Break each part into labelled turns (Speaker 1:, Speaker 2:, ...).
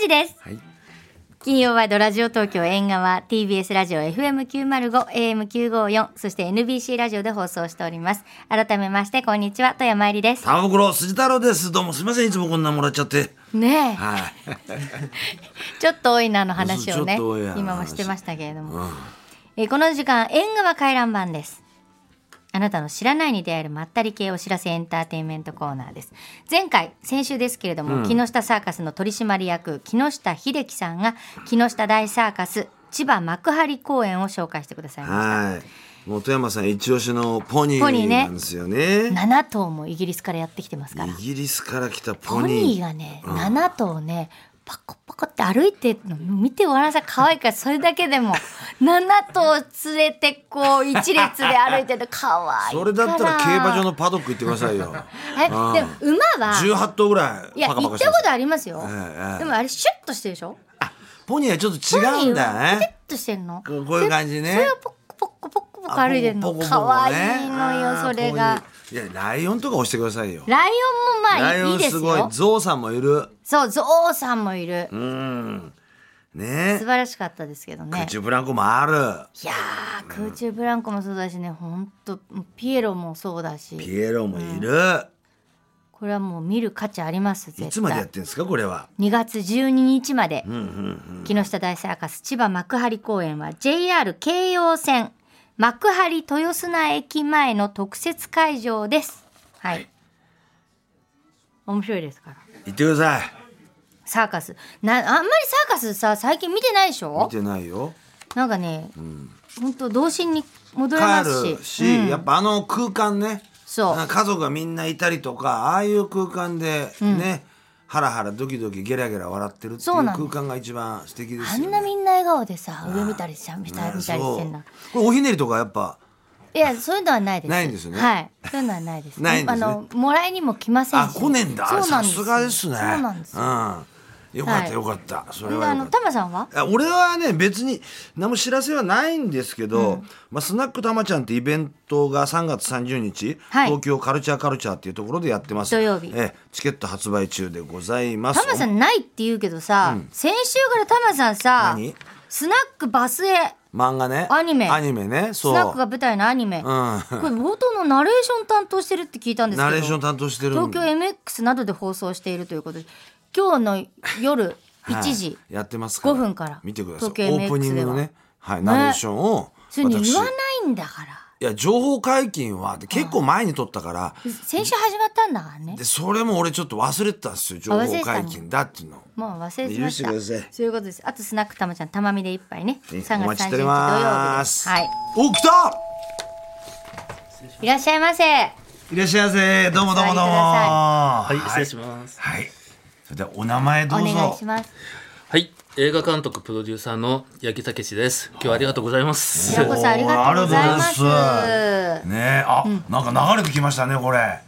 Speaker 1: 時です
Speaker 2: はい。
Speaker 1: 金曜ワイドラジオ東京縁側 TBS ラジオ FM905 AM954 そして NBC ラジオで放送しております改めましてこんにちは富山えりです
Speaker 2: 玉袋筋太郎です。どうもすみません。いつもこんなもらっちゃって。
Speaker 1: ねえ
Speaker 2: はい。
Speaker 1: ちょっと多いなの話をね
Speaker 2: ちょっと多いなの話
Speaker 1: 今もしてましたけれども、えーこの時間縁側回覧版ですあなたの知らないに出会えるまったり系お知らせエンターテインメントコーナーです前回先週ですけれども、木下サーカスの取締役木下秀樹さんが木下大サーカス千葉幕張公演を紹介してくださいました
Speaker 2: はい。もう富山さん一押しのポニ
Speaker 1: ポニー
Speaker 2: ー
Speaker 1: ね
Speaker 2: なんですよね。
Speaker 1: 7頭もイギリスからやってきてますから
Speaker 2: イギリスから来たポ
Speaker 1: ポニー
Speaker 2: ニー。
Speaker 1: がね、7頭ねパコパコって歩いてるの見てごらんなさい可愛いからそれだけでも 7頭連れてこう一列で歩いてる可愛いから
Speaker 2: それだったら競馬場のパドック行ってくださいよ。
Speaker 1: えでも馬は
Speaker 2: 18頭ぐら
Speaker 1: い
Speaker 2: い
Speaker 1: や
Speaker 2: パカ
Speaker 1: 行
Speaker 2: パ
Speaker 1: っ
Speaker 2: カ
Speaker 1: たことありますよ、
Speaker 2: ええ
Speaker 1: でもあれシュッとしてるでしょ
Speaker 2: ポニーはちょっと違うんだ
Speaker 1: ペ
Speaker 2: ね。
Speaker 1: ッとしてるの
Speaker 2: こうこういう感じね
Speaker 1: それをポッコポッコポッコポコ歩いてる
Speaker 2: あ
Speaker 1: の
Speaker 2: ポコポコね
Speaker 1: 可愛いのよそれが。
Speaker 2: あーポニーいやライオンとか押してくださいよ。
Speaker 1: ライオンもまあ
Speaker 2: ラ
Speaker 1: い
Speaker 2: イ
Speaker 1: い
Speaker 2: オ
Speaker 1: いい
Speaker 2: ン
Speaker 1: ですす
Speaker 2: ごい
Speaker 1: よ。
Speaker 2: ゾウさんもいる。
Speaker 1: そうゾウさんもいる、
Speaker 2: うん。ね
Speaker 1: 素晴らしかったですけどね
Speaker 2: 空中ブランコもある。
Speaker 1: いやー空中ブランコもそうだしねほんとピエロもそうだし
Speaker 2: ピエロもいる。
Speaker 1: これはもう見る価値あります絶対
Speaker 2: いつまでやってんですかこれは。
Speaker 1: 2月12日まで、
Speaker 2: うんうんうん。
Speaker 1: 木下大サーカス千葉幕張公園は JR 京葉線幕張豊砂駅前の特設会場ですはい、面白いですから
Speaker 2: 行ってください。
Speaker 1: サーカスなあんまりサーカスさ最近見てないでし
Speaker 2: 見
Speaker 1: ょ
Speaker 2: てないよ。
Speaker 1: なんかね、ほんと童心に戻れま
Speaker 2: 帰
Speaker 1: すし
Speaker 2: るし、やっぱあの空間ね。
Speaker 1: そう
Speaker 2: なんか家族がみんないたりとか、ああいう空間でね、ハラハラドキドキゲラゲラ笑ってるっていう
Speaker 1: そうなの
Speaker 2: 空間が一番素敵で
Speaker 1: あ
Speaker 2: すよ
Speaker 1: ん
Speaker 2: ね。
Speaker 1: なみんな笑顔でさ上見たり下見たり
Speaker 2: ね
Speaker 1: してんな、
Speaker 2: そうこれおひねりとかやっぱ
Speaker 1: いやそういうのはないです
Speaker 2: ないんですね
Speaker 1: はいそういうのはないです
Speaker 2: ないんですね
Speaker 1: あのもらいにも来ません
Speaker 2: あ
Speaker 1: し
Speaker 2: 来ねえんだ
Speaker 1: そうな
Speaker 2: さ
Speaker 1: んですよ
Speaker 2: すがですね
Speaker 1: そうなんです
Speaker 2: う
Speaker 1: よ
Speaker 2: んよかっ
Speaker 1: はい
Speaker 2: たよかったそれ
Speaker 1: で
Speaker 2: は
Speaker 1: あ
Speaker 2: よか
Speaker 1: の
Speaker 2: った
Speaker 1: タマさんは
Speaker 2: あ俺はね別に何も知らせはないんですけど、まあ、スナックたまちゃんってイベントが3月30日、
Speaker 1: はい
Speaker 2: 東京カルチャーカルチャーっていうところでやってます
Speaker 1: 土曜日
Speaker 2: ええチケット発売中でございます
Speaker 1: タマさんないって言うけどさ、先週からタマさんさ
Speaker 2: 何
Speaker 1: スナックバスへ
Speaker 2: お漫画ね
Speaker 1: アニメ
Speaker 2: アニメね
Speaker 1: ス
Speaker 2: そう
Speaker 1: ナックが舞台のアニメ、こ
Speaker 2: う
Speaker 1: れ冒頭のナレーション担当してるって聞いたんで
Speaker 2: ん、
Speaker 1: すけど
Speaker 2: ナレーション担当してるん
Speaker 1: 東京 MX などで放送しているということで今日の夜1時、
Speaker 2: はいやってますから
Speaker 1: 5分から
Speaker 2: 見てくださいオ
Speaker 1: 東京 MX
Speaker 2: ープニングの
Speaker 1: では
Speaker 2: ね、はい、ナレーションを
Speaker 1: それに言
Speaker 2: 私
Speaker 1: わないんだから
Speaker 2: いや情報解禁はで結構前に撮ったから
Speaker 1: 先週始まったんだからね
Speaker 2: でそれも俺ちょっと忘れてたんですよ情
Speaker 1: あ忘れ
Speaker 2: 報
Speaker 1: てたの
Speaker 2: 解禁だっていうの
Speaker 1: もう忘れてました
Speaker 2: 許してください
Speaker 1: そういうことですあとスナックたまちゃんたまみで一杯ね3
Speaker 2: え
Speaker 1: 月30
Speaker 2: お
Speaker 1: 日
Speaker 2: 待ちし
Speaker 1: 土
Speaker 2: て
Speaker 1: 曜日で
Speaker 2: おりますす
Speaker 1: はい
Speaker 2: お来た
Speaker 1: いらっしゃいませ
Speaker 2: いらっしゃいませどうもどうもど
Speaker 1: お座りくだ
Speaker 2: うもは
Speaker 3: はい、失礼します。
Speaker 2: はいそれではお名前
Speaker 1: お
Speaker 2: どうぞ
Speaker 1: 願いします
Speaker 3: はい、映画監督プロデューサーの八木武史です。今日はありがとうございます。
Speaker 1: 白子さんありがとうございます
Speaker 2: おーありがとうございますねえあ、なんか流れてきましたねこれ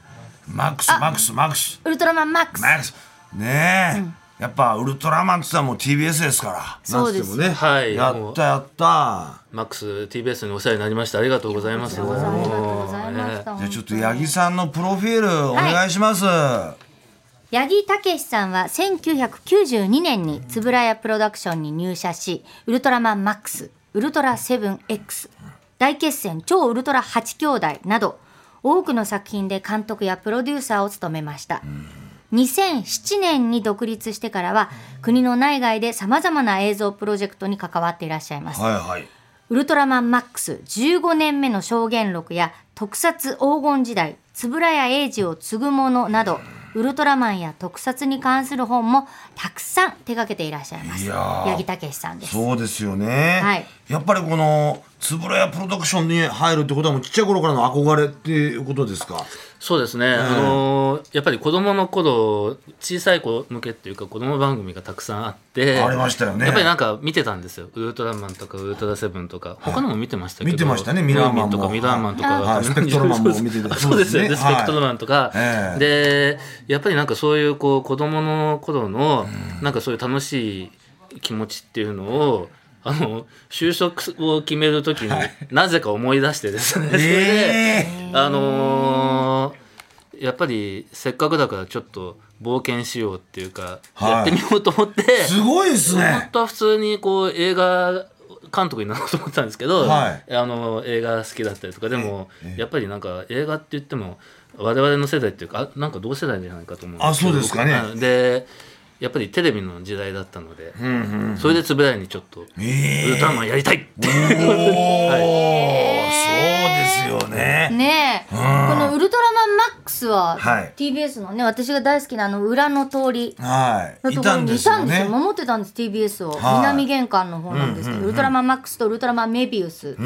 Speaker 2: マックスマックスマックス
Speaker 1: ウルトラマンマックス
Speaker 2: マックスねえ、やっぱウルトラマンって言ったらもう TBS ですから
Speaker 1: そうですよ
Speaker 2: なんつってもね
Speaker 3: はい
Speaker 2: やったやった
Speaker 3: マックス TBS にお世話になりました。ありがとうございます。
Speaker 1: ありがとうございました
Speaker 2: じゃあちょっと八木さんのプロフィールお願いします、
Speaker 1: 八木武さんは1992年に円谷プロダクションに入社しウルトラマンマックスウルトラセブン X 大決戦超ウルトラ8兄弟など多くの作品で監督やプロデューサーを務めました2007年に独立してからは国の内外でさまざまな映像プロジェクトに関わっていらっしゃいます
Speaker 2: はいはい
Speaker 1: ウルトラマンマックス15年目の証言録や特撮黄金時代、円谷英二を継ぐものなど、ウルトラマンや特撮に関する本もたくさん手掛けていらっしゃいます。
Speaker 2: いやー
Speaker 1: 八木武さんです。
Speaker 2: そうですよね、
Speaker 1: はい
Speaker 2: やっぱりこの円谷プロダクションに入るってことはもうちっちゃい頃からの憧れっていうことですか
Speaker 3: そうですね。あのーやっぱり子供の頃、小さい子向けっていうか子供番組がたくさんあって、
Speaker 2: ありましたよね
Speaker 3: やっぱりなんか見てたんですよ。ウルトラマンとかウルトラセブンとか、他のも見てましたけど。
Speaker 2: 見てましたねミラーマンも
Speaker 3: とかミラーマンとか、
Speaker 2: はいスペクトルマンも見てて
Speaker 3: そうですよね。
Speaker 2: そうです
Speaker 3: ス
Speaker 2: ね
Speaker 3: ペクトルマンとか、
Speaker 2: ええ
Speaker 3: でやっぱりなんかそういうこう子供の頃のなんかそういう楽しい気持ちっていうのをあの就職を決める時になぜか思い出してですね、それで、
Speaker 2: え
Speaker 3: あのーやっぱりせっかくだからちょっと冒険しようっていうか、
Speaker 2: はい
Speaker 3: やってみようと思って
Speaker 2: すごいです
Speaker 3: 本
Speaker 2: ね。
Speaker 3: 当は普通にこう映画監督になろうと思ってたんですけど、
Speaker 2: は
Speaker 3: あの映画好きだったりとかでも、やっぱりなんか映画って言っても我々の世代っていうかあなんか同世代じゃないかと思うんけど
Speaker 2: あそうですかね
Speaker 3: 僕でやっぱりテレビの時代だったので、
Speaker 2: うんうん。
Speaker 3: それでつぶらいにちょっと「ウルトラマンやりたい!」っ
Speaker 2: お
Speaker 3: て
Speaker 2: ー、そうですよね。
Speaker 1: ねえ、このウルトラマンマックスは、
Speaker 2: はい
Speaker 1: TBS のね私が大好きなあの裏の通り
Speaker 2: はい。
Speaker 1: の
Speaker 2: い
Speaker 1: とこ
Speaker 2: た
Speaker 1: ろ
Speaker 2: ん
Speaker 1: に
Speaker 2: で
Speaker 1: い
Speaker 2: す
Speaker 1: た
Speaker 2: よ
Speaker 1: んですよ
Speaker 2: ね。
Speaker 1: 守ってたんです TBS を、
Speaker 2: はい
Speaker 1: 南玄関の方なんですけど、ウルトラマンマックスとウルトラマンメビウス、
Speaker 3: 去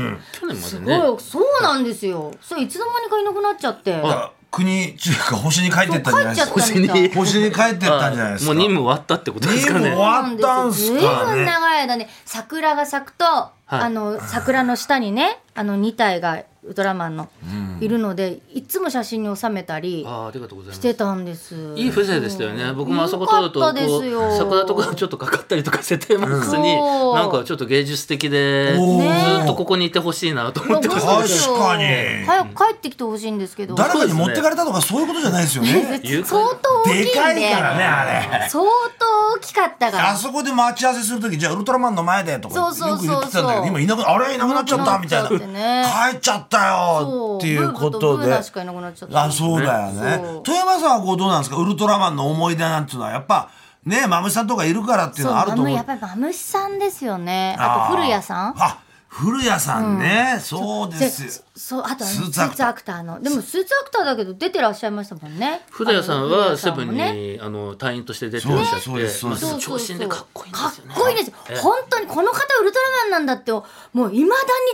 Speaker 3: 年ますで
Speaker 1: ご
Speaker 3: ね
Speaker 1: いそうなんですよそれいつの間にかいなくなっちゃって
Speaker 2: だから国中華星に帰ってったんじゃないですか。
Speaker 1: そう帰っちゃったみたい
Speaker 2: 星に帰ってったんじゃないですか。
Speaker 3: もう任務終わったってことですか
Speaker 2: 任務
Speaker 3: ね
Speaker 2: 終わったんす
Speaker 1: ずいぶ
Speaker 2: か
Speaker 1: ん
Speaker 2: ね。
Speaker 1: 長い間ね桜が咲くと、あの桜の下にねあの2体がウルトラマンのいるので、いつも写真に収めたり
Speaker 3: あーありがとうございま
Speaker 1: し
Speaker 3: す
Speaker 1: てたんです
Speaker 3: いい風情でしたよね。僕もあそこ通ると、
Speaker 1: よか
Speaker 3: こ
Speaker 1: ったですよ
Speaker 3: う、桜とかちょっとかかったりとかしてて、マックスに、
Speaker 1: そう
Speaker 3: なんかちょっと芸術的で、ず
Speaker 2: おー
Speaker 3: っとここにいてほしいなと思ってま
Speaker 2: 確
Speaker 3: す。
Speaker 2: かに
Speaker 1: 早く帰ってきてほしいんですけど
Speaker 2: 誰かに持ってかれたとかそういうことじゃないですよね。
Speaker 3: 有
Speaker 1: 相
Speaker 3: 効
Speaker 1: 当大きいん
Speaker 2: で
Speaker 1: で
Speaker 2: かいからねあれ。
Speaker 1: 相当大きかったから
Speaker 2: あそこで待ち合わせするとき、じゃあウルトラマンの前でとか
Speaker 1: そうそうそうそう
Speaker 2: よく言ってたんだけど、今いなく、あれいなくなっちゃったみたいな。
Speaker 1: いなくなっちゃってね
Speaker 2: 帰っちゃった
Speaker 1: そ
Speaker 2: よっていうこ
Speaker 1: ブーブ
Speaker 2: と
Speaker 1: ブー
Speaker 2: で
Speaker 1: ナ。しかいなくなっちゃった
Speaker 2: あ、そうだよね
Speaker 1: そう。
Speaker 2: 富山さんはこうどうなんですかウルトラマンの思い出なんていうのは、やっぱ、ね、マムシさんとかいるからっていうのはあると
Speaker 1: そうマ
Speaker 2: 思
Speaker 1: ム
Speaker 2: う
Speaker 1: やっ。ぱりマムシさんですよねあ
Speaker 2: あー
Speaker 1: と古谷さん
Speaker 2: あ、古谷さんね。そうで
Speaker 1: です
Speaker 2: よ。
Speaker 1: そうあとあの
Speaker 2: ス
Speaker 1: ス
Speaker 2: ーツア
Speaker 1: ー
Speaker 2: クター
Speaker 1: ツアクターのでもスーツアクターだけど出てらっしゃいましたもんね
Speaker 3: 古谷さんはセ
Speaker 1: あの
Speaker 3: ブ
Speaker 1: 古
Speaker 3: ン
Speaker 1: 谷さんもね
Speaker 3: に、あの、隊員として出てらっしゃって、
Speaker 2: そうですそうです
Speaker 1: そう
Speaker 3: まあ
Speaker 1: そう
Speaker 3: 長
Speaker 1: そう
Speaker 3: 身でかっこいいんですよね。
Speaker 1: かっこいいです
Speaker 3: ええ
Speaker 1: 本当にこの方ウルトラマンなんだってもういまだに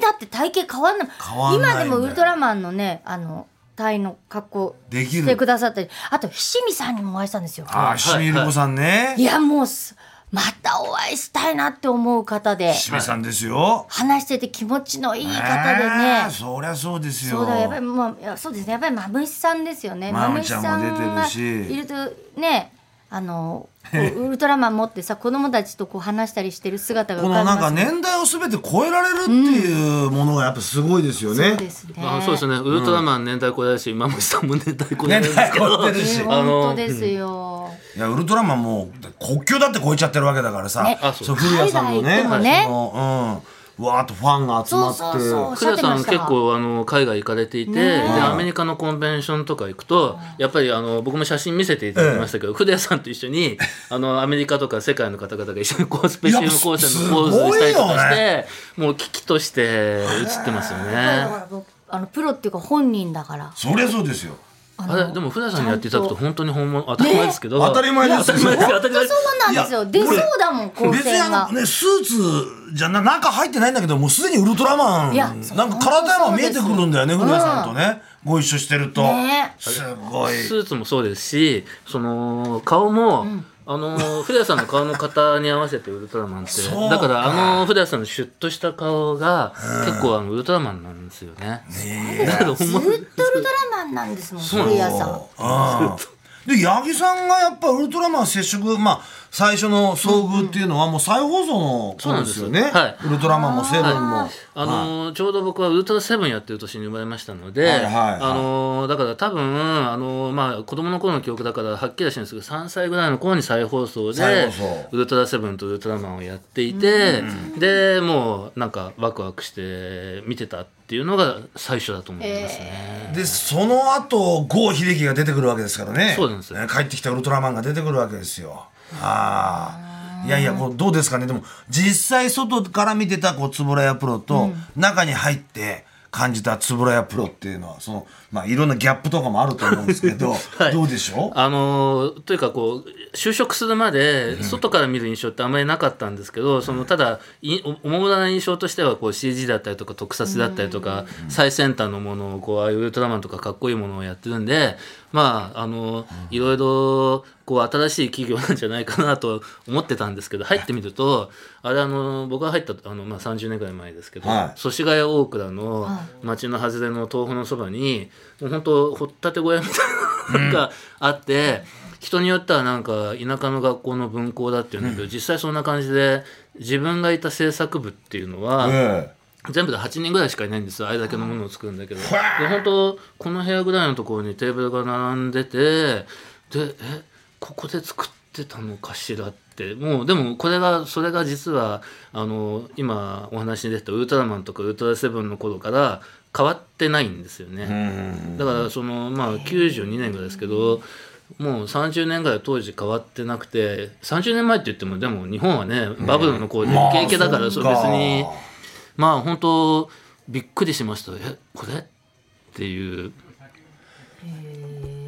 Speaker 1: だって体型変わんない
Speaker 2: 変わんないんだ
Speaker 1: 今
Speaker 2: よ
Speaker 1: でもウルトラマンのねあの隊の格好
Speaker 2: できる
Speaker 1: してくださったりあとひしみさんにもお会いしたんですよ
Speaker 2: あ、しみるこさんね
Speaker 1: い。やもうすまたお会いしたいなって思う方で
Speaker 2: しめさんですよ。
Speaker 1: 話してて気持ちのいい方で
Speaker 2: あー
Speaker 1: ね
Speaker 2: そりゃそうですよ。
Speaker 1: そうだやっぱりまあいやそうですねやっぱりまぶしさんですよね
Speaker 2: まむちゃんも出てるし
Speaker 1: まぶさんがいるとねあのこう ウルトラマン持ってさ子供たちとこう話したりしてる姿が浮
Speaker 2: こ
Speaker 1: かび
Speaker 2: の
Speaker 1: ま
Speaker 2: なん
Speaker 1: す
Speaker 2: か年代をすべて超えられるっていうものがやっぱすごいですよね。
Speaker 1: そうですね
Speaker 3: あそうですね。ウルトラマン年代超えだし、マムシさんも年代超えな
Speaker 2: 年
Speaker 3: んです
Speaker 2: 代
Speaker 3: け
Speaker 2: 超え
Speaker 3: ど
Speaker 2: て。るし
Speaker 1: ね。
Speaker 3: あの
Speaker 1: 本当ですよ、
Speaker 2: いやウルトラマンもう国境だって超えちゃってるわけだからさ、
Speaker 1: ね
Speaker 3: あそう
Speaker 2: そう古谷さんの
Speaker 1: 海外行っ
Speaker 2: ね
Speaker 1: てもね
Speaker 2: そのうん、わーっとファンが集まって
Speaker 1: そうそうそう
Speaker 3: 古谷さん結構あの海外行かれていて、で
Speaker 1: え
Speaker 3: アメリカのコンベンションとか行くとやっぱりあの僕も写真見せていただきましたけど、古谷さんと一緒にあのアメリカとか世界の方々が一緒にこうスペシウム光線のポーズをしたりとかして、もう危機として映ってますよ
Speaker 1: だ
Speaker 3: ね。
Speaker 1: から僕あのプロっていうか本人だから
Speaker 2: そりゃそうですよ
Speaker 1: あ
Speaker 3: あれでも古谷さんにやっていただくと本当に本物当たり前ですけど、
Speaker 2: 当たり前です
Speaker 3: 当たり前です当たり前です
Speaker 1: そうなんです
Speaker 2: い
Speaker 1: よ
Speaker 2: や
Speaker 1: 出そうだもん光
Speaker 2: 別に
Speaker 1: 線
Speaker 2: あ
Speaker 1: が
Speaker 2: のねスーツじゃな中入ってないんだけどもうすでにウルトラマン
Speaker 1: いや
Speaker 2: なんか体も見えてくるんだよね
Speaker 1: そうそ
Speaker 2: 古
Speaker 1: うそう
Speaker 2: 谷さんとね、ご一緒してると、
Speaker 1: ね
Speaker 2: すごい
Speaker 3: スーツもそうですしその顔も、あの古谷さんの顔の型に合わせてウルトラマンって
Speaker 2: そうか
Speaker 3: だからあの古谷さんのシュッとした顔が結構あのウルトラマンなんですよね。だからほん
Speaker 1: ず
Speaker 3: ま
Speaker 1: っとウルトラマンなんですもん古谷さん
Speaker 2: うんで八木さんがやっぱウルトラマン接触、まあ、最初の遭遇っていうのはもう再放送の頃ですよね、
Speaker 3: そうなんです
Speaker 2: ウルトラマンもセブンも。
Speaker 3: あのーちょうど僕はウルトラセブンやってる年に生まれましたので、
Speaker 2: はいはいはい
Speaker 3: あのーだから多分、あのーまあ、子供の頃の記憶だからはっきりはしないですけど3歳ぐらいの頃に再放送
Speaker 2: 再
Speaker 3: で
Speaker 2: 放送
Speaker 3: ウルトラセブンとウルトラマンをやっていて、でもうなんかワクワクして見てたっていうのが最初だと思いますね。
Speaker 2: でその後郷秀樹が出てくるわけですからね
Speaker 3: そうなんですよ
Speaker 2: ね帰ってきたウルトラマンが出てくるわけですよああいやいやこうどうですかねでも実際外から見てたこう円谷プロと中に入って感じた円谷プロっていうのはそのまあいろんなギャップとかもあると思うんですけ ど、
Speaker 3: い
Speaker 2: どうでしょう
Speaker 3: あのーというかこう就職するまで外から見る印象ってあんまりなかったんですけど、そのただいおおもむろな印象としてはこう CG だったりとか特撮だったりとか、最先端のものをこうああいうウルトラマンとかかっこいいものをやってるんでまああのーいろいろこう新しい企業なんじゃないかなと思ってたんですけど入ってみるとあれあのー僕が入ったあの、まあ、30年ぐらい前ですけど、
Speaker 2: はい
Speaker 3: 祖師ヶ谷大倉の町の外れの豆腐のそばにもう本当掘ったて小屋みたいなのがあって、人によってはなんか田舎の学校の分校だっていうんだけど、実際そんな感じで自分がいた制作部っていうのは、
Speaker 2: ええ
Speaker 3: 全部で8人ぐらいしかいないんですよあれだけのものを作るんだけどで本当この部屋ぐらいのところにテーブルが並んでてでえここで作ってたのかしらってもうでもこれがそれが実はあの今お話に出たウルトラマンとかウルトラセブンの頃から変わってないんですよね。だからそのまあ92年ぐらいですけどもう30年ぐらい当時変わってなくて30年前って言ってもでも日本はねバブルのこうでイケイケだからそれ別にまあ本当びっくりしましたえこれっていう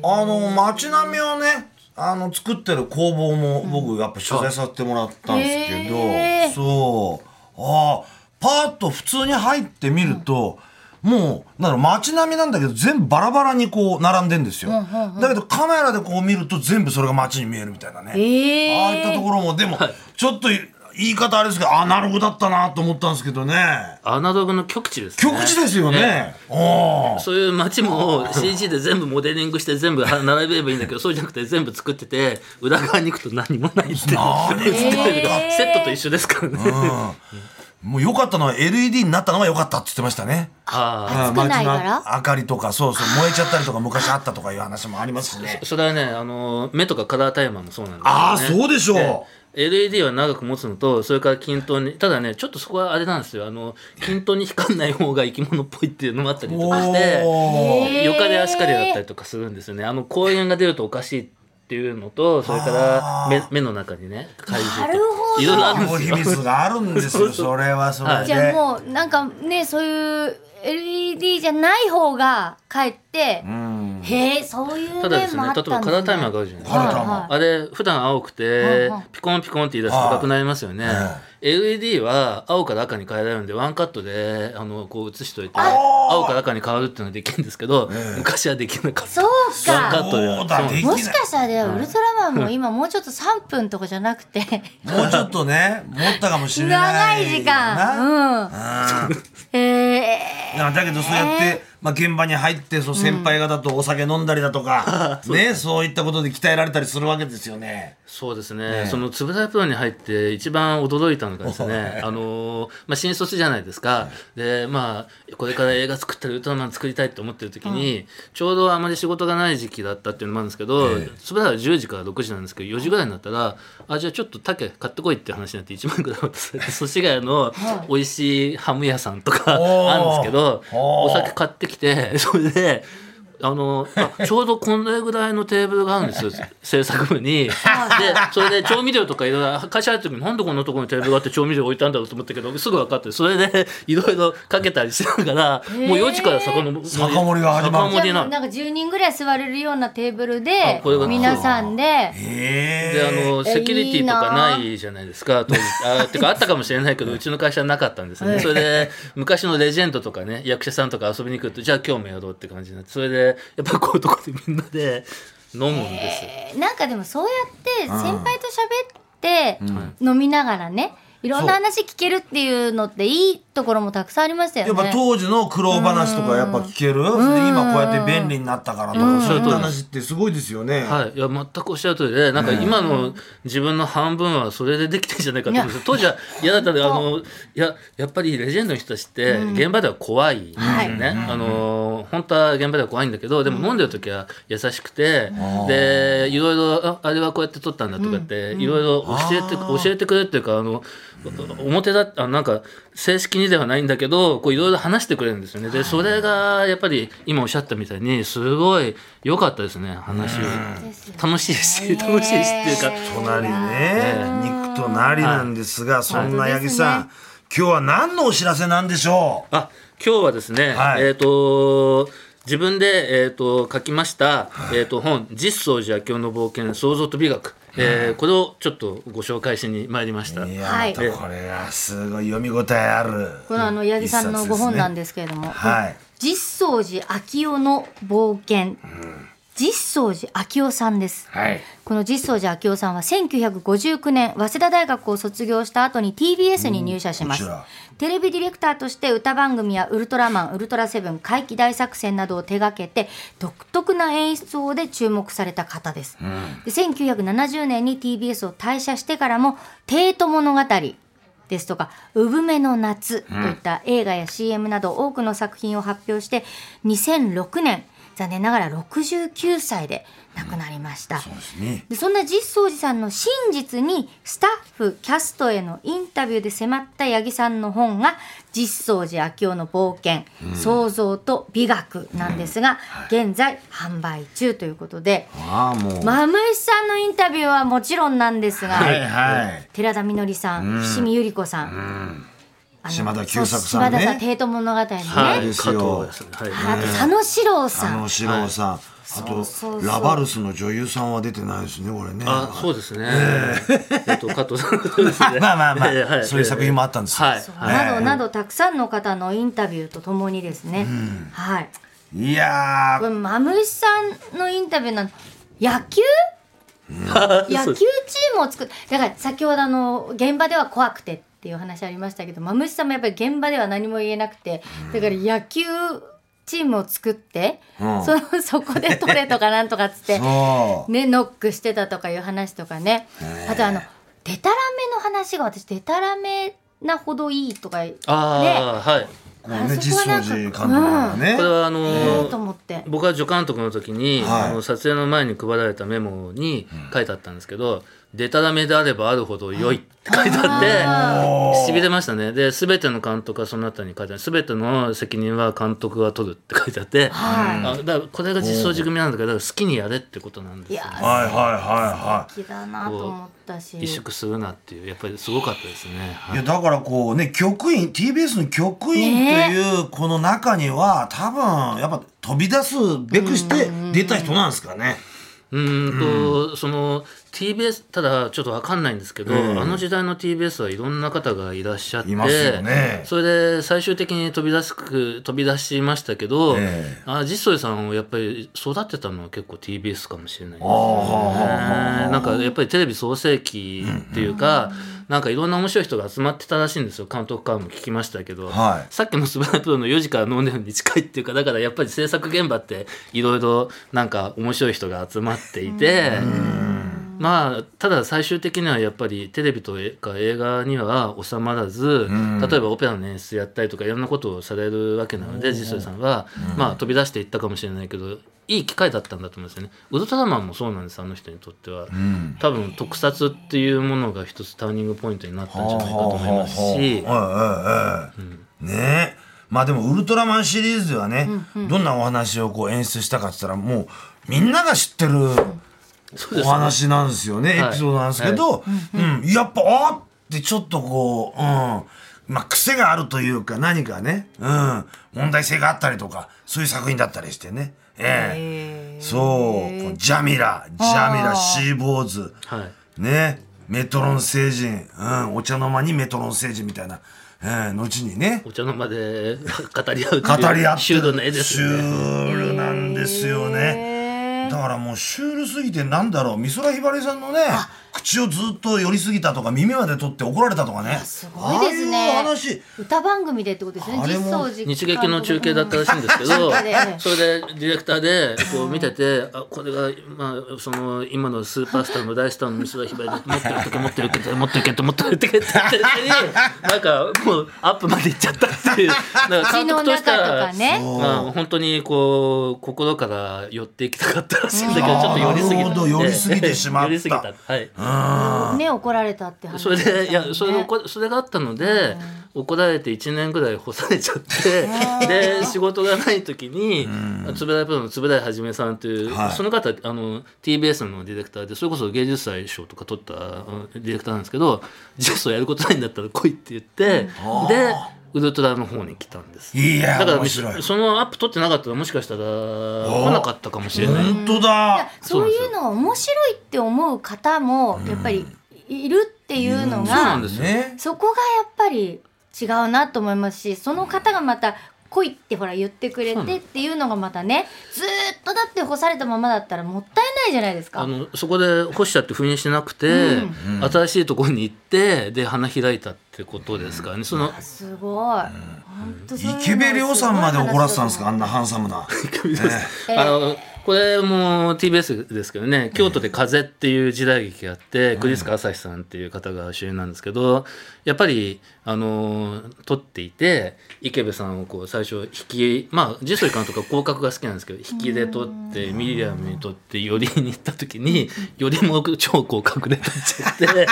Speaker 2: あの街並みをねあの作ってる工房も僕やっぱ取材させてもらったんですけど、
Speaker 1: へー
Speaker 2: そうああパーッと普通に入ってみると、もうなんだろう街並みなんだけど全部バラバラにこう並んでんですよ、だけどカメラでこう見ると全部それが街に見えるみたいなね、
Speaker 1: ええ
Speaker 2: ああいったところもでも、ちょっと言い方あれですけどアナログだったなと思ったんですけどね
Speaker 3: アナログの極致ですね
Speaker 2: 極致ですよね
Speaker 3: ね
Speaker 2: おー
Speaker 3: そういう街も CG で全部モデリングして全部並べればいいんだけどそうじゃなくて全部作ってて裏側に行くと何もないって
Speaker 2: 何
Speaker 3: 映ってるからセットと一緒ですからね
Speaker 2: もう良かったのは LED になったのが良かったって言ってましたねあ
Speaker 3: あ
Speaker 2: あ
Speaker 1: 少ないから
Speaker 2: 街の明かりとかそうそう燃えちゃったりとか昔あったとかいう話もありますしね
Speaker 3: あそれはねあの目とかカラータイマーもそうなんですよね
Speaker 2: ああそうでしょう、
Speaker 3: で LED は長く持つのとそれから均等にただねちょっとそこはあれなんですよあの均等に光んない方が生き物っぽいっていうのもあったりと
Speaker 2: お
Speaker 3: かし
Speaker 2: ー
Speaker 3: て
Speaker 1: へー
Speaker 3: よかで足かでだったりとかするんですよねあの光源が出るとおかしいっていうのとそれから目目の中にね怪獣とか
Speaker 1: なるほど
Speaker 3: いろいろあるん
Speaker 2: お
Speaker 3: です
Speaker 2: 秘
Speaker 3: よ
Speaker 2: 密があるんですよそれはそれで、
Speaker 1: じゃあもうなんかねそういう LED じゃない方がかえって、
Speaker 2: うん
Speaker 1: へえそういう
Speaker 3: ただです
Speaker 1: 面も
Speaker 3: ね
Speaker 1: あ
Speaker 3: 例
Speaker 1: ったんですね
Speaker 3: えばカラータイマーがあるじゃないです
Speaker 2: カラー
Speaker 3: か
Speaker 2: タイマー
Speaker 1: はいはい
Speaker 3: あれ普段青く
Speaker 1: はい
Speaker 3: て
Speaker 1: はい
Speaker 3: ピコンピコンって言い出して赤くなりますよね
Speaker 2: は
Speaker 3: LED は青から赤に変えられるんでワンカットであのこう映しといて
Speaker 2: あー
Speaker 3: 青から赤に変わるっていうのはできるんですけど
Speaker 2: ええ
Speaker 3: 昔はできなかっ
Speaker 1: そ
Speaker 3: た
Speaker 1: う
Speaker 3: ワンカ
Speaker 1: か
Speaker 3: ットで
Speaker 2: そうだ
Speaker 3: そ
Speaker 2: で
Speaker 3: う
Speaker 2: きない
Speaker 1: もしかしたらウルトラマンも今もうちょっと3分とかじゃなくて
Speaker 2: もうちょっとね持ったかもしれな
Speaker 1: 長
Speaker 2: い
Speaker 1: い時
Speaker 2: な
Speaker 1: 間うん
Speaker 2: うん
Speaker 1: へえ
Speaker 2: いやだけどそうやって、まあ、現場に入ってそう先輩方とお酒飲んだりだとか、ね、 そういったことで鍛えられたりするわけですよね。
Speaker 3: そうです
Speaker 2: ね
Speaker 3: ねそのつぶらやプロに入って一番驚いたのが ですねあのーまあ新卒じゃないですかでまあこれから映画作ったりウルトラマン作りたいと思ってる時にちょうどあまり仕事がない時期だったっていうのもあるんですけどつぶらは10時から6時なんですけど4時ぐらいになったらあじゃあちょっと竹買ってこいって話になって1万ぐらい渡されて祖師ヶ谷の美味しいハム屋さんとか
Speaker 2: おー
Speaker 3: あるんですけど
Speaker 2: お
Speaker 3: お
Speaker 2: ー
Speaker 3: 酒買ってきて それで。あのあちょうどこれぐらいのテーブルがあるんですよ制作部に。でそれで調味料とかいろいろ会社入った時になんでこんなところにテーブルがあって調味料置いたんだろうと思ったけどすぐ分かってそれでいろいろかけたりしながらもう4時から酒の
Speaker 2: 酒盛りが始まる
Speaker 1: じ
Speaker 3: 酒盛り
Speaker 1: ゃあも
Speaker 3: な
Speaker 1: うな
Speaker 3: の
Speaker 1: んか10人ぐらい座れるようなテーブル
Speaker 3: あ
Speaker 1: で
Speaker 3: これが
Speaker 1: 皆さんで
Speaker 2: へ
Speaker 3: であ
Speaker 2: え。
Speaker 3: のセキュリティとかないじゃないですか当時あてかあったかもしれないけどうちの 会社はなかったんですねそれで昔のレジェンドとかね役者さんとか遊びに来るとじゃあ今日もやろうって感じになってそれでやっぱこういうとこでみんなで飲むんですよ。
Speaker 1: えーなんかでもそうやって先輩と喋って飲みながらねいろんな話聞けるっていうのっていいところもたくさんありました
Speaker 2: や
Speaker 1: よ
Speaker 2: っぱ
Speaker 1: ね。
Speaker 2: 当時の苦労話とかやっぱ聞ける、それで今こうやって便利になったからとか、そういった話ってすごいですよね。
Speaker 3: はい、いや全くおっしゃる通りでなんか今の自分の半分はそれでできてんじゃないかと思うんですよ当時は嫌だったであのいややっぱりレジェンドの人たちって現場では怖いんですよね、あの本当は現場では怖いんだけどでも飲んでる時は優しくて、でいろいろああれはこうやって撮ったんだとかっていろいろ教えて教えてくれるっていうかあの表だあなんか正式にではないんだけどこういろいろ話してくれるんですよねでそれがやっぱり今おっしゃったみたいにすごい良かったですね話を。
Speaker 1: ですよね
Speaker 3: 楽しいし、楽しいしっていうか、
Speaker 2: 隣ね、肉となりなんですが、そんな八木さん、今日は何のお知らせなんでしょう
Speaker 3: あ、今日はですね、
Speaker 2: はい
Speaker 3: えっ、と、自分で、えっ、と、書きました、えっ、と、本、実相寺明夫の冒険、創造と美学。えーこれをちょっとご紹介しに参りました。
Speaker 2: いや、
Speaker 1: はい
Speaker 2: またこれはすごい読み応えある。
Speaker 1: このあの八木さんのご本なんですけれども、
Speaker 2: はい
Speaker 1: 実相寺昭夫の冒険、実相寺昭夫さんです。
Speaker 2: はい。
Speaker 1: この実相寺昭夫さんは1959年早稲田大学を卒業した後に TBS に入社します
Speaker 2: こちら
Speaker 1: テレビディレクターとして歌番組や「ウルトラマン」「ウルトラセブン」「怪奇大作戦」などを手掛けて独特な演出法で注目された方です、で1970年に TBS を退社してからも「帝都物語」ですとか「産めの夏」といった映画や CM など多くの作品を発表して2006年残念ながら69歳で亡くなりました。
Speaker 2: そうですね。
Speaker 1: でそんな実相寺さんの真実にスタッフキャストへのインタビューで迫った八木さんの本が「実相寺明夫の冒険、創造と美学」なんですが、現在販売中ということで、
Speaker 2: ああ、もう。
Speaker 1: マムシさんのインタビューはもちろんなんですが、
Speaker 2: はいはい。
Speaker 1: 寺田みのりさん、伏見由里子さん、あの
Speaker 2: 島田久作さんね
Speaker 1: そう島田さん帝都物語のね、
Speaker 3: はい、
Speaker 2: で
Speaker 3: 加
Speaker 2: すよ
Speaker 3: 藤ですね。はい。
Speaker 1: あと佐野史郎さ
Speaker 2: あ
Speaker 1: ん
Speaker 2: の、四郎さん。あ
Speaker 1: そう
Speaker 2: と
Speaker 1: そうそう
Speaker 2: ラバルスの女優さんは出てないですね、これね。
Speaker 3: あ、そうですね。えっと加藤さん。そうです ね
Speaker 2: まあまあま
Speaker 3: ええは
Speaker 2: あ、そういう作品もあったんですよ。
Speaker 3: はい。
Speaker 1: などなどたくさんの方のインタビューとともにですね、はい
Speaker 2: いや
Speaker 1: これマムシさんのインタビューなの野球野球チームを作るだから先ほどあの現場では怖くてっていう話ありましたけどマムシさんもやっぱり現場では何も言えなくてだから野球チームを作って、
Speaker 2: うん
Speaker 1: そのそこで取れとかなんとかっつっ
Speaker 2: ー、
Speaker 1: て、
Speaker 2: そう。
Speaker 1: ね、ノックしてたとかいう話とかねあとあのでたらめの話が私でたらめなほどいいとかね
Speaker 3: ああ、はい。
Speaker 2: このね、
Speaker 1: あそ
Speaker 2: 実
Speaker 1: こはな
Speaker 2: 相
Speaker 1: んか
Speaker 2: 寺監督がね
Speaker 3: これ。はあ
Speaker 1: ええ
Speaker 3: の
Speaker 1: と思って。
Speaker 3: 僕は助監督の時に、
Speaker 2: はい
Speaker 3: あの撮影の前に配られたメモに書いてあったんですけど「でたらめであればあるほど良い」って書いてあってしびれましたねで全ての監督はそのあたりに書いてある全ての責任は監督が取るって書いてあって、
Speaker 1: は
Speaker 3: あだからこれが実装時組なんだけどだから好きにやれってことなんです
Speaker 1: い
Speaker 3: よ
Speaker 1: や
Speaker 3: ね
Speaker 2: はいはいはい
Speaker 1: 好きだなと思ったし
Speaker 3: 萎縮するなっていうやっぱりすごかったですね。
Speaker 2: はい。いやだからこうね局員 TBS の局員というこの中には多分やっぱ飛び出すべくして出た人なんですかね。
Speaker 3: うーんと、その TBS ただちょっとわかんないんですけど、あの時代の TBS はいろんな方がいらっしゃって
Speaker 2: いますよね
Speaker 3: それで最終的に飛び出すく飛び出しましたけど、
Speaker 2: ええ
Speaker 3: あ実相さんをやっぱり育てたのは結構 TBS かもしれないですね
Speaker 2: ああ
Speaker 3: なんかやっぱりテレビ創世期っていうか、なんかいろんな面白い人が集まってたらしいんですよ監督からも聞きましたけど、
Speaker 2: はい
Speaker 3: さっきの「スバルプロ」の4時から飲んでるに近いっていうかだからやっぱり制作現場っていろいろなんか面白い人が集まっていて。まあ、ただ最終的にはやっぱりテレビとか映画には収まらず、例えばオペラの演出やったりとかいろんなことをされるわけなので実際さんは、まあ、飛び出していったかもしれないけどいい機会だったんだと思うんですよね。ウルトラマンもそうなんですあの人にとっては、多分特撮っていうものが一つターニングポイントになったんじゃないかと思いますし。
Speaker 2: うんうんうんねえまあでも「ウルトラマン」シリーズではね、どんなお話をこう演出したかって言ったらもうみんなが知ってる
Speaker 3: そうですね
Speaker 2: お話なんですよね
Speaker 3: はい
Speaker 2: エピソードなんですけど、うんやっぱあーってちょっとこう、うんまあ、癖があるというか何かね、うん、問題性があったりとかそういう作品だったりしてね。ええそうこのジャミラジャミラシーボーズ、
Speaker 3: はい
Speaker 2: ねメトロン星人、うん、お茶の間にメトロン星人みたいな、えー、後にね
Speaker 3: お茶の間で 語り合うって
Speaker 2: 語
Speaker 3: い
Speaker 2: り合っ
Speaker 3: う
Speaker 2: て
Speaker 3: シュールな絵です
Speaker 2: シ
Speaker 3: よ
Speaker 2: ュ
Speaker 3: ね。
Speaker 2: ールなんですよね、だからもうシュールすぎてなんだろう美空ひばりさんのね口をずっと寄りすぎたとか耳まで取って怒られたとかねす
Speaker 1: ごいですね
Speaker 2: ああいう話
Speaker 1: 歌番組でってことですね
Speaker 2: あれ
Speaker 1: 実
Speaker 2: も
Speaker 1: 相寺
Speaker 3: 日劇の中継だったらしいんで すけ
Speaker 1: う
Speaker 3: ど
Speaker 1: ん中継で
Speaker 3: それでディレクターでこう見ててあこれが、まあ、その今のスーパースターの大スターの美空ひばりだ持ってるとか持ってるけど持ってるけど持ってるけど持ってるけどなんかもうアップまで行っちゃった っていうなんか
Speaker 1: 口
Speaker 3: 監
Speaker 1: の
Speaker 3: 督と
Speaker 1: 中
Speaker 3: して
Speaker 1: と
Speaker 3: は
Speaker 1: か。ね
Speaker 3: まあ、本当にこう心から寄っていきたかったらしいんだけどちょっと寄りすぎ
Speaker 2: なるほど寄りすぎてしまっ た
Speaker 3: 寄りすぎたはい
Speaker 1: ね怒られたって話
Speaker 3: それ
Speaker 1: でしたもん
Speaker 3: で、
Speaker 1: ね
Speaker 3: いや、それで怒、それがあったので、怒られて1年ぐらい干されちゃって、で、仕事がない時に、つぶらいプロのつぶらいはじめさんという、
Speaker 2: はい
Speaker 3: その方、あの、TBS のディレクターで、それこそ芸術祭賞とか取ったうんディレクターなんですけど、ジェスをやることないんだったら来いって言って、で、ウルトラの方に来たんです。
Speaker 2: いや
Speaker 3: だから
Speaker 2: 面白い
Speaker 3: そのアップ取ってなかったらもしかしたら来なかったかもしれない
Speaker 2: 本当だ
Speaker 1: そういうのを面白いって思う方もやっぱりいるっていうの
Speaker 3: そうなん
Speaker 1: が
Speaker 3: ですよ
Speaker 2: ね
Speaker 1: そこがやっぱり違うなと思いますしその方がまた来いってほら言ってくれてっていうのがまたねずーっとだって干されたままだったらもったいないじゃないですか
Speaker 3: あ。のそこで干しちゃって封印してなくて、新しいところに行ってで花開いたってことですからねその
Speaker 1: すごい。本当そういうの
Speaker 2: 池部亮さんまで怒らせたんですかあんなハンサムな
Speaker 3: あのこれも TBS ですけどね京都で「風」っていう時代劇があって、クリスカ朝日さんっていう方が主演なんですけどやっぱりあのー撮っていて池部さんをこう最初引きまあジソリ監督は広角が好きなんですけど引きで撮ってミリアムに撮って寄りに行った時によりも超広角で撮っちゃって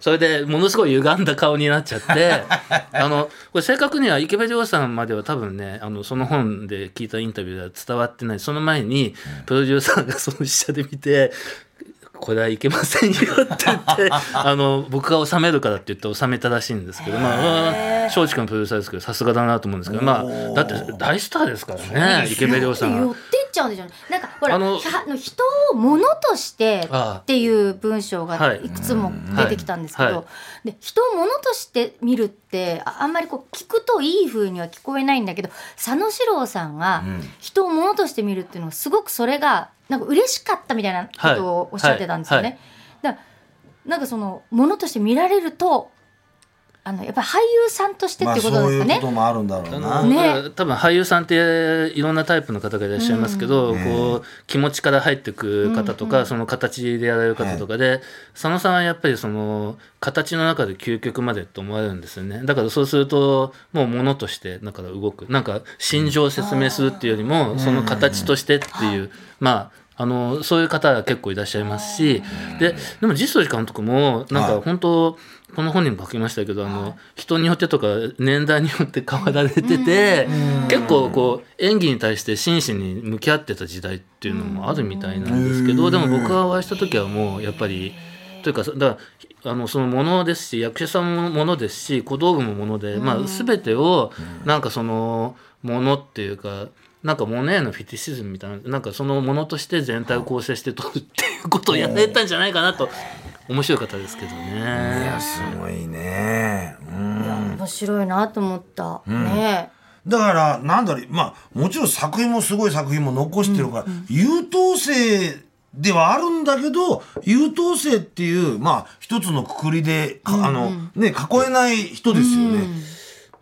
Speaker 3: それでものすごい歪んだ顔になっちゃって あのこれ正確には池部亮さんまでは多分ねあのその本で聞いたインタビューでは伝わってないその前にプロデューサーがその試写で見てこれはいけませんよって言ってあの僕が収めるからって言って収めたらしいんですけどまあ松竹のプロデューサーですけどさすがだなと思うんですけどまあだって大スターですからね池部亮さん
Speaker 1: 寄っ
Speaker 3: は。
Speaker 1: てっちゃうんでしょうねなんかほら
Speaker 3: あの
Speaker 1: ひゃの人を物として
Speaker 3: ああ
Speaker 1: っていう文章
Speaker 3: は
Speaker 1: が
Speaker 3: い
Speaker 1: いくつも出てきたんですけど、
Speaker 3: うんはい
Speaker 1: で人を物として見るってああんまりこう聞くといい風には聞こえないんだけど佐野史郎さんが人を物として見るっていうのはすごくそれがなんか嬉しかったみたいなことをおっしゃってたんですよね。
Speaker 3: はい
Speaker 1: だ
Speaker 3: は
Speaker 1: からなんかその物として見られるとあのやっぱり俳優さんと してっ
Speaker 2: まあ
Speaker 1: てことなん
Speaker 2: そう
Speaker 1: ですかね。
Speaker 2: いうこともあるんだろうな、
Speaker 1: ね
Speaker 3: 多分俳優さんっていろんなタイプの方がいらっしゃいますけど、
Speaker 2: うん
Speaker 3: こう気持ちから入ってく方と
Speaker 1: う
Speaker 3: か、
Speaker 1: んうん
Speaker 3: その形でやられる方とかで、佐野さんはやっぱりその形の中で究極までと思われるんですよねだからそうするともう物としてだから動くなんか心情を説明するっていうよりも、その形としてっていう、まああのそういう方が結構いらっしゃいますし、ででも実相寺監督もなん
Speaker 2: は
Speaker 3: か
Speaker 2: い
Speaker 3: 本当、この本にも書きましたけどあの、人によってとか年代によって変わられてて、結構こう演技に対して真摯に向き合ってた時代っていうのもあるみたいなんですけど、
Speaker 2: うん
Speaker 3: でも僕がお会いした時はもうやっぱり。というかだからあのそのものですし役者さんもものですし小道具ももので、まあ、全てをなんかそのものっていうかなんか物へのフィティシズムみたいななんかそのものとして全体を構成して撮るっていうことをやられたんじゃないかなと面白い方ですけどね。
Speaker 2: いやすごいねうん
Speaker 1: 面白いなと思った、ね
Speaker 2: だからなんだろうまあもちろん作品もすごい作品も残してるから、優等生ではあるんだけど優等生っていうまあ一つのくくりでかあの、ね囲えない人ですよね、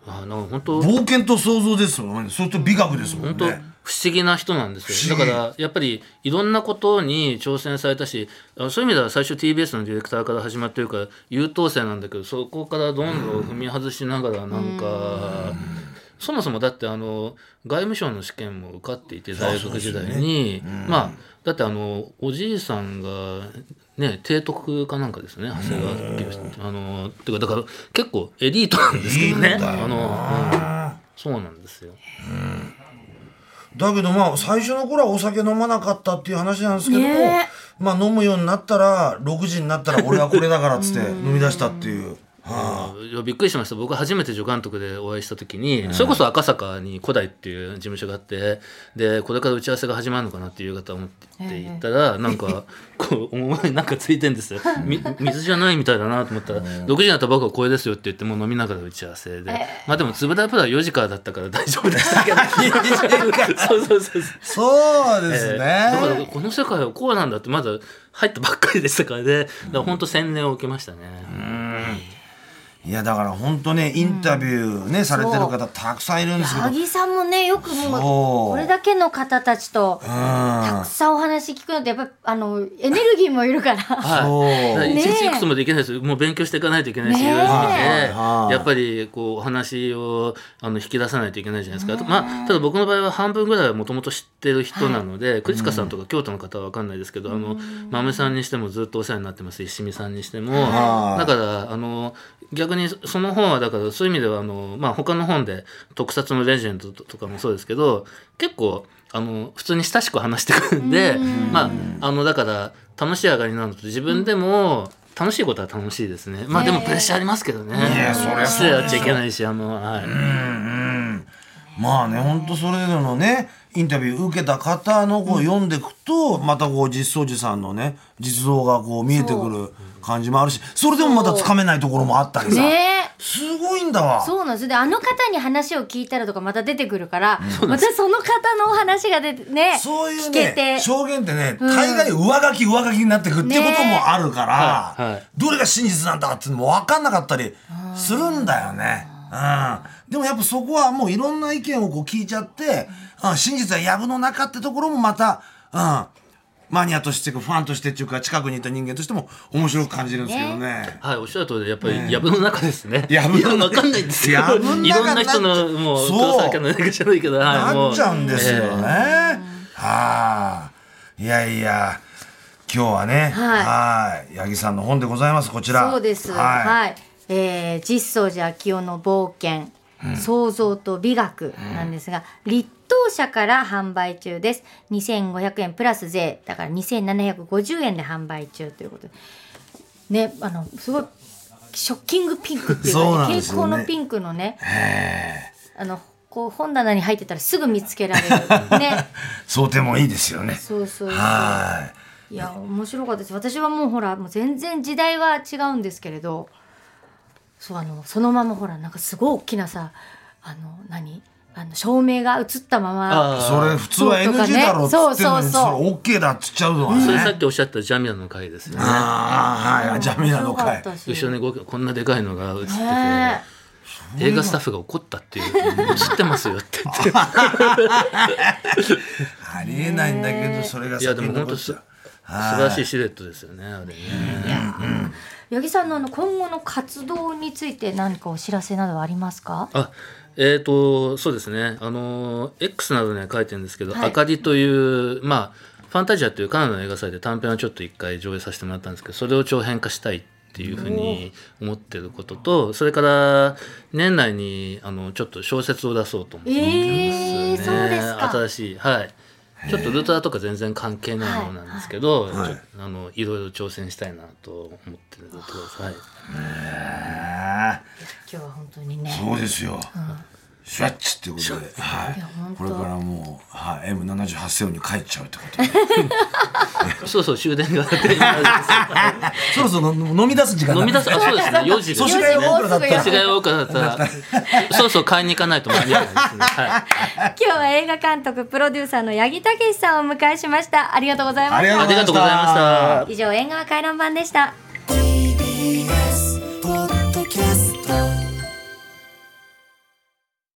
Speaker 3: あの本当
Speaker 2: 冒険と想像ですもんねそれと美学ですもん
Speaker 3: 本当
Speaker 2: ね
Speaker 3: 不思議な人なんですよ
Speaker 2: 不思
Speaker 3: だ
Speaker 2: 議
Speaker 3: からやっぱりいろんなことに挑戦されたしあのそういう意味では最初 TBS のディレクターから始まってるから優等生なんだけどそこからどんどん踏み外しながらなんか。そもそもだってあの外務省の試験も受かっていて大学時代に、まあだってあのおじいさんがね提督かなんかですね長谷川博あのていうかだから結構エリートなんですけど
Speaker 2: エ
Speaker 3: ね
Speaker 2: リートだよ
Speaker 3: あの、うんそうなんですよ。
Speaker 2: だけどまあ最初の頃はお酒飲まなかったっていう話なんですけども、
Speaker 1: ね
Speaker 2: まあ飲むようになったら6時になったら俺はこれだからっつって飲み出したっていう。はあ
Speaker 3: いやびっくりしました僕初めて助監督でお会いした時に、それこそ赤坂に古代っていう事務所があってでこれから打ち合わせが始まるのかなっていう方思って行ったら、なんかこうお前なんかついてんですよ み水じゃないみたいだなと思ったら、6時になったら僕はこれですよって言ってもう飲みながら打ち合わせで、まあでもつぶらプラは4時からだったから大丈夫でした けどそうそうそうそう
Speaker 2: そうですね、
Speaker 3: だからこの世界はこうなんだってまだ入ったばっかりでしたからねだから本当洗礼を受けましたね。
Speaker 2: いやだから本当ねインタビューね、されてる方たくさんいるんですけど
Speaker 1: 八木さんもねよく
Speaker 2: そ
Speaker 1: も
Speaker 2: う
Speaker 1: うこれだけの方たちとたくさんお話聞くのってやっぱあのエネルギーもいるから
Speaker 2: そう
Speaker 3: はい、
Speaker 1: ねえ
Speaker 3: いちいちいくつもできないですもう勉強していかないといけないし、
Speaker 1: ねえ
Speaker 3: いろいろ見て
Speaker 2: はいはいはい
Speaker 3: やっぱりこうお話をあの引き出さないといけないじゃないですか、あとまあ、ただ僕の場合は半分ぐらいはもともと知ってる人なので、クリスカさんとか京都の方は分かんないですけど、あの豆さんにしてもずっとお世話になってます石見さんにしても、
Speaker 2: はい
Speaker 3: だからあの逆にその本はだからそういう意味ではあの、まあ、他の本で「特撮のレジェンド」とかもそうですけど結構あの普通に親しく話してくるんでまああのだから楽しい上がりなのと自分でも楽しいことは楽しいですねまあでもプレッシャーありますけどね
Speaker 2: やそりゃ
Speaker 3: 失
Speaker 2: そうでし
Speaker 3: 礼
Speaker 2: ょ
Speaker 3: やっちゃいけないしあの、はい
Speaker 2: まあね本当それぞれのねインタビュー受けた方のこう読んでいくと、またこう実相寺さんのね実像がこう見えてくる感じもあるしそれでもまたつかめないところもあったりさ、
Speaker 1: ねえ
Speaker 2: すごいんだわ
Speaker 1: そうなんですであの方に話を聞いたらとかまた出てくるから、またその方のお話が出てね
Speaker 2: そういう
Speaker 1: 聞け
Speaker 2: ね
Speaker 1: て
Speaker 2: 証言ってね大概上書き上書きになってくっていうこともあるから、
Speaker 3: ねはいはい
Speaker 2: どれが真実なんだっていうのも分かんなかったりするんだよね。うんうん、でもやっぱそこはもういろんな意見をこう聞いちゃって、うん、真実は藪の中ってところもまた、うん、マニアとしてファンとしてっていうか近くにいた人間としても面白く感じるんですけどね。
Speaker 3: はい、おっしゃる通りで、やっぱり、やぶの中ですね。
Speaker 2: 藪の
Speaker 3: いや、わかんないんですけど、
Speaker 2: 藪
Speaker 3: いろ
Speaker 2: の
Speaker 3: ん
Speaker 2: 中
Speaker 3: な人の、
Speaker 2: になっ
Speaker 3: もう、
Speaker 2: そう
Speaker 3: 黒沢家の中じゃないけど、はい、も
Speaker 2: な
Speaker 3: う。
Speaker 2: っちゃうんですよね。
Speaker 3: ええ
Speaker 2: はあ、いやいや、今日はね、はい、八木さんの本でございます。こちら。
Speaker 1: そうです。はい。
Speaker 2: はい。
Speaker 1: えー実相寺昭夫の冒険、創造と美学なんですが、立冬社から販売中です。2500円プラス税、だから2750円で販売中ということで。ね、あの、すごい、ショッキングピンクっていう
Speaker 2: そう
Speaker 1: か、
Speaker 2: なん
Speaker 1: ね、
Speaker 2: で
Speaker 1: 蛍
Speaker 2: すよね
Speaker 1: 光のピンクのね、
Speaker 2: ええ
Speaker 1: あの、こう本棚に入ってたらすぐ見つけられる。 ね。
Speaker 2: 想定もいいですよね。
Speaker 1: そうそうそう。
Speaker 2: はい。
Speaker 1: いや面白かったです私はもうほらもう全然時代は違うんですけれどそうあのそのままほらなんかすごい大きなさあの何あの照明が映ったまま
Speaker 3: あ
Speaker 2: それ
Speaker 3: あ
Speaker 2: 普通は
Speaker 1: そうとか
Speaker 2: NG
Speaker 1: ね
Speaker 2: だろうっつってんのに
Speaker 1: そうそうそう
Speaker 2: それ OK だっつっちゃうのは
Speaker 3: それさっ
Speaker 2: ね。
Speaker 3: きおっしゃったジャミアの回ですよね。
Speaker 2: ああはいじゃあみんなの
Speaker 1: 面白か
Speaker 2: 会
Speaker 1: ったし
Speaker 3: 後ろにごこんなでかいのが映ってて、
Speaker 1: ね
Speaker 3: 映画スタッフが怒ったっていう映ってますよって言って
Speaker 2: ありえないんだけどそれが
Speaker 3: いやで
Speaker 2: 先
Speaker 3: も
Speaker 2: に残
Speaker 3: 本当
Speaker 2: っち
Speaker 3: す
Speaker 2: ゃう
Speaker 3: 素晴らしいシルエットですよねあれね
Speaker 1: 八木さんのあの今後の活動について何かお知らせなどはありますか
Speaker 3: あえー、とそうですねあの X などには書いてるんですけど「
Speaker 1: はい
Speaker 3: あかり」というまあファンタジアというカナダの映画祭で短編をちょっと一回上映させてもらったんですけどそれを長編化したいっていうふうに思ってることとそれから年内にあのちょっと小説を出そうと思ってます
Speaker 1: えーそうですか
Speaker 3: 新しいはいちょっとルーターとか全然関係ないものなんですけど、
Speaker 2: はい
Speaker 3: ちょっとあのいろいろ挑戦したいなと思ってるところです、はい、
Speaker 2: あ
Speaker 1: 今日は本当にね
Speaker 2: ーそうですよ。シュワッチってことで、はい
Speaker 1: いや本、当
Speaker 2: これからもう、はい、M78 世に帰っちゃうってことで
Speaker 3: そうそう終電があって
Speaker 2: そろそろ飲み出す時間だ
Speaker 3: 飲み出すあそうですね4時です
Speaker 2: 祖
Speaker 3: ね
Speaker 2: 師ヶ谷ウォークだ
Speaker 1: 四
Speaker 2: った
Speaker 1: 時
Speaker 3: 年
Speaker 2: ら
Speaker 3: が多くなったら、そうそう買いに行かないと間に合わないですね。はい。
Speaker 1: 今日は映画監督プロデューサーの八木武さんをお迎えしましたありがとうございま
Speaker 2: あ
Speaker 1: し
Speaker 2: り
Speaker 1: た
Speaker 2: がとうございまし
Speaker 3: ありがとうございましたた
Speaker 1: 以上縁側回覧版でした
Speaker 4: TBS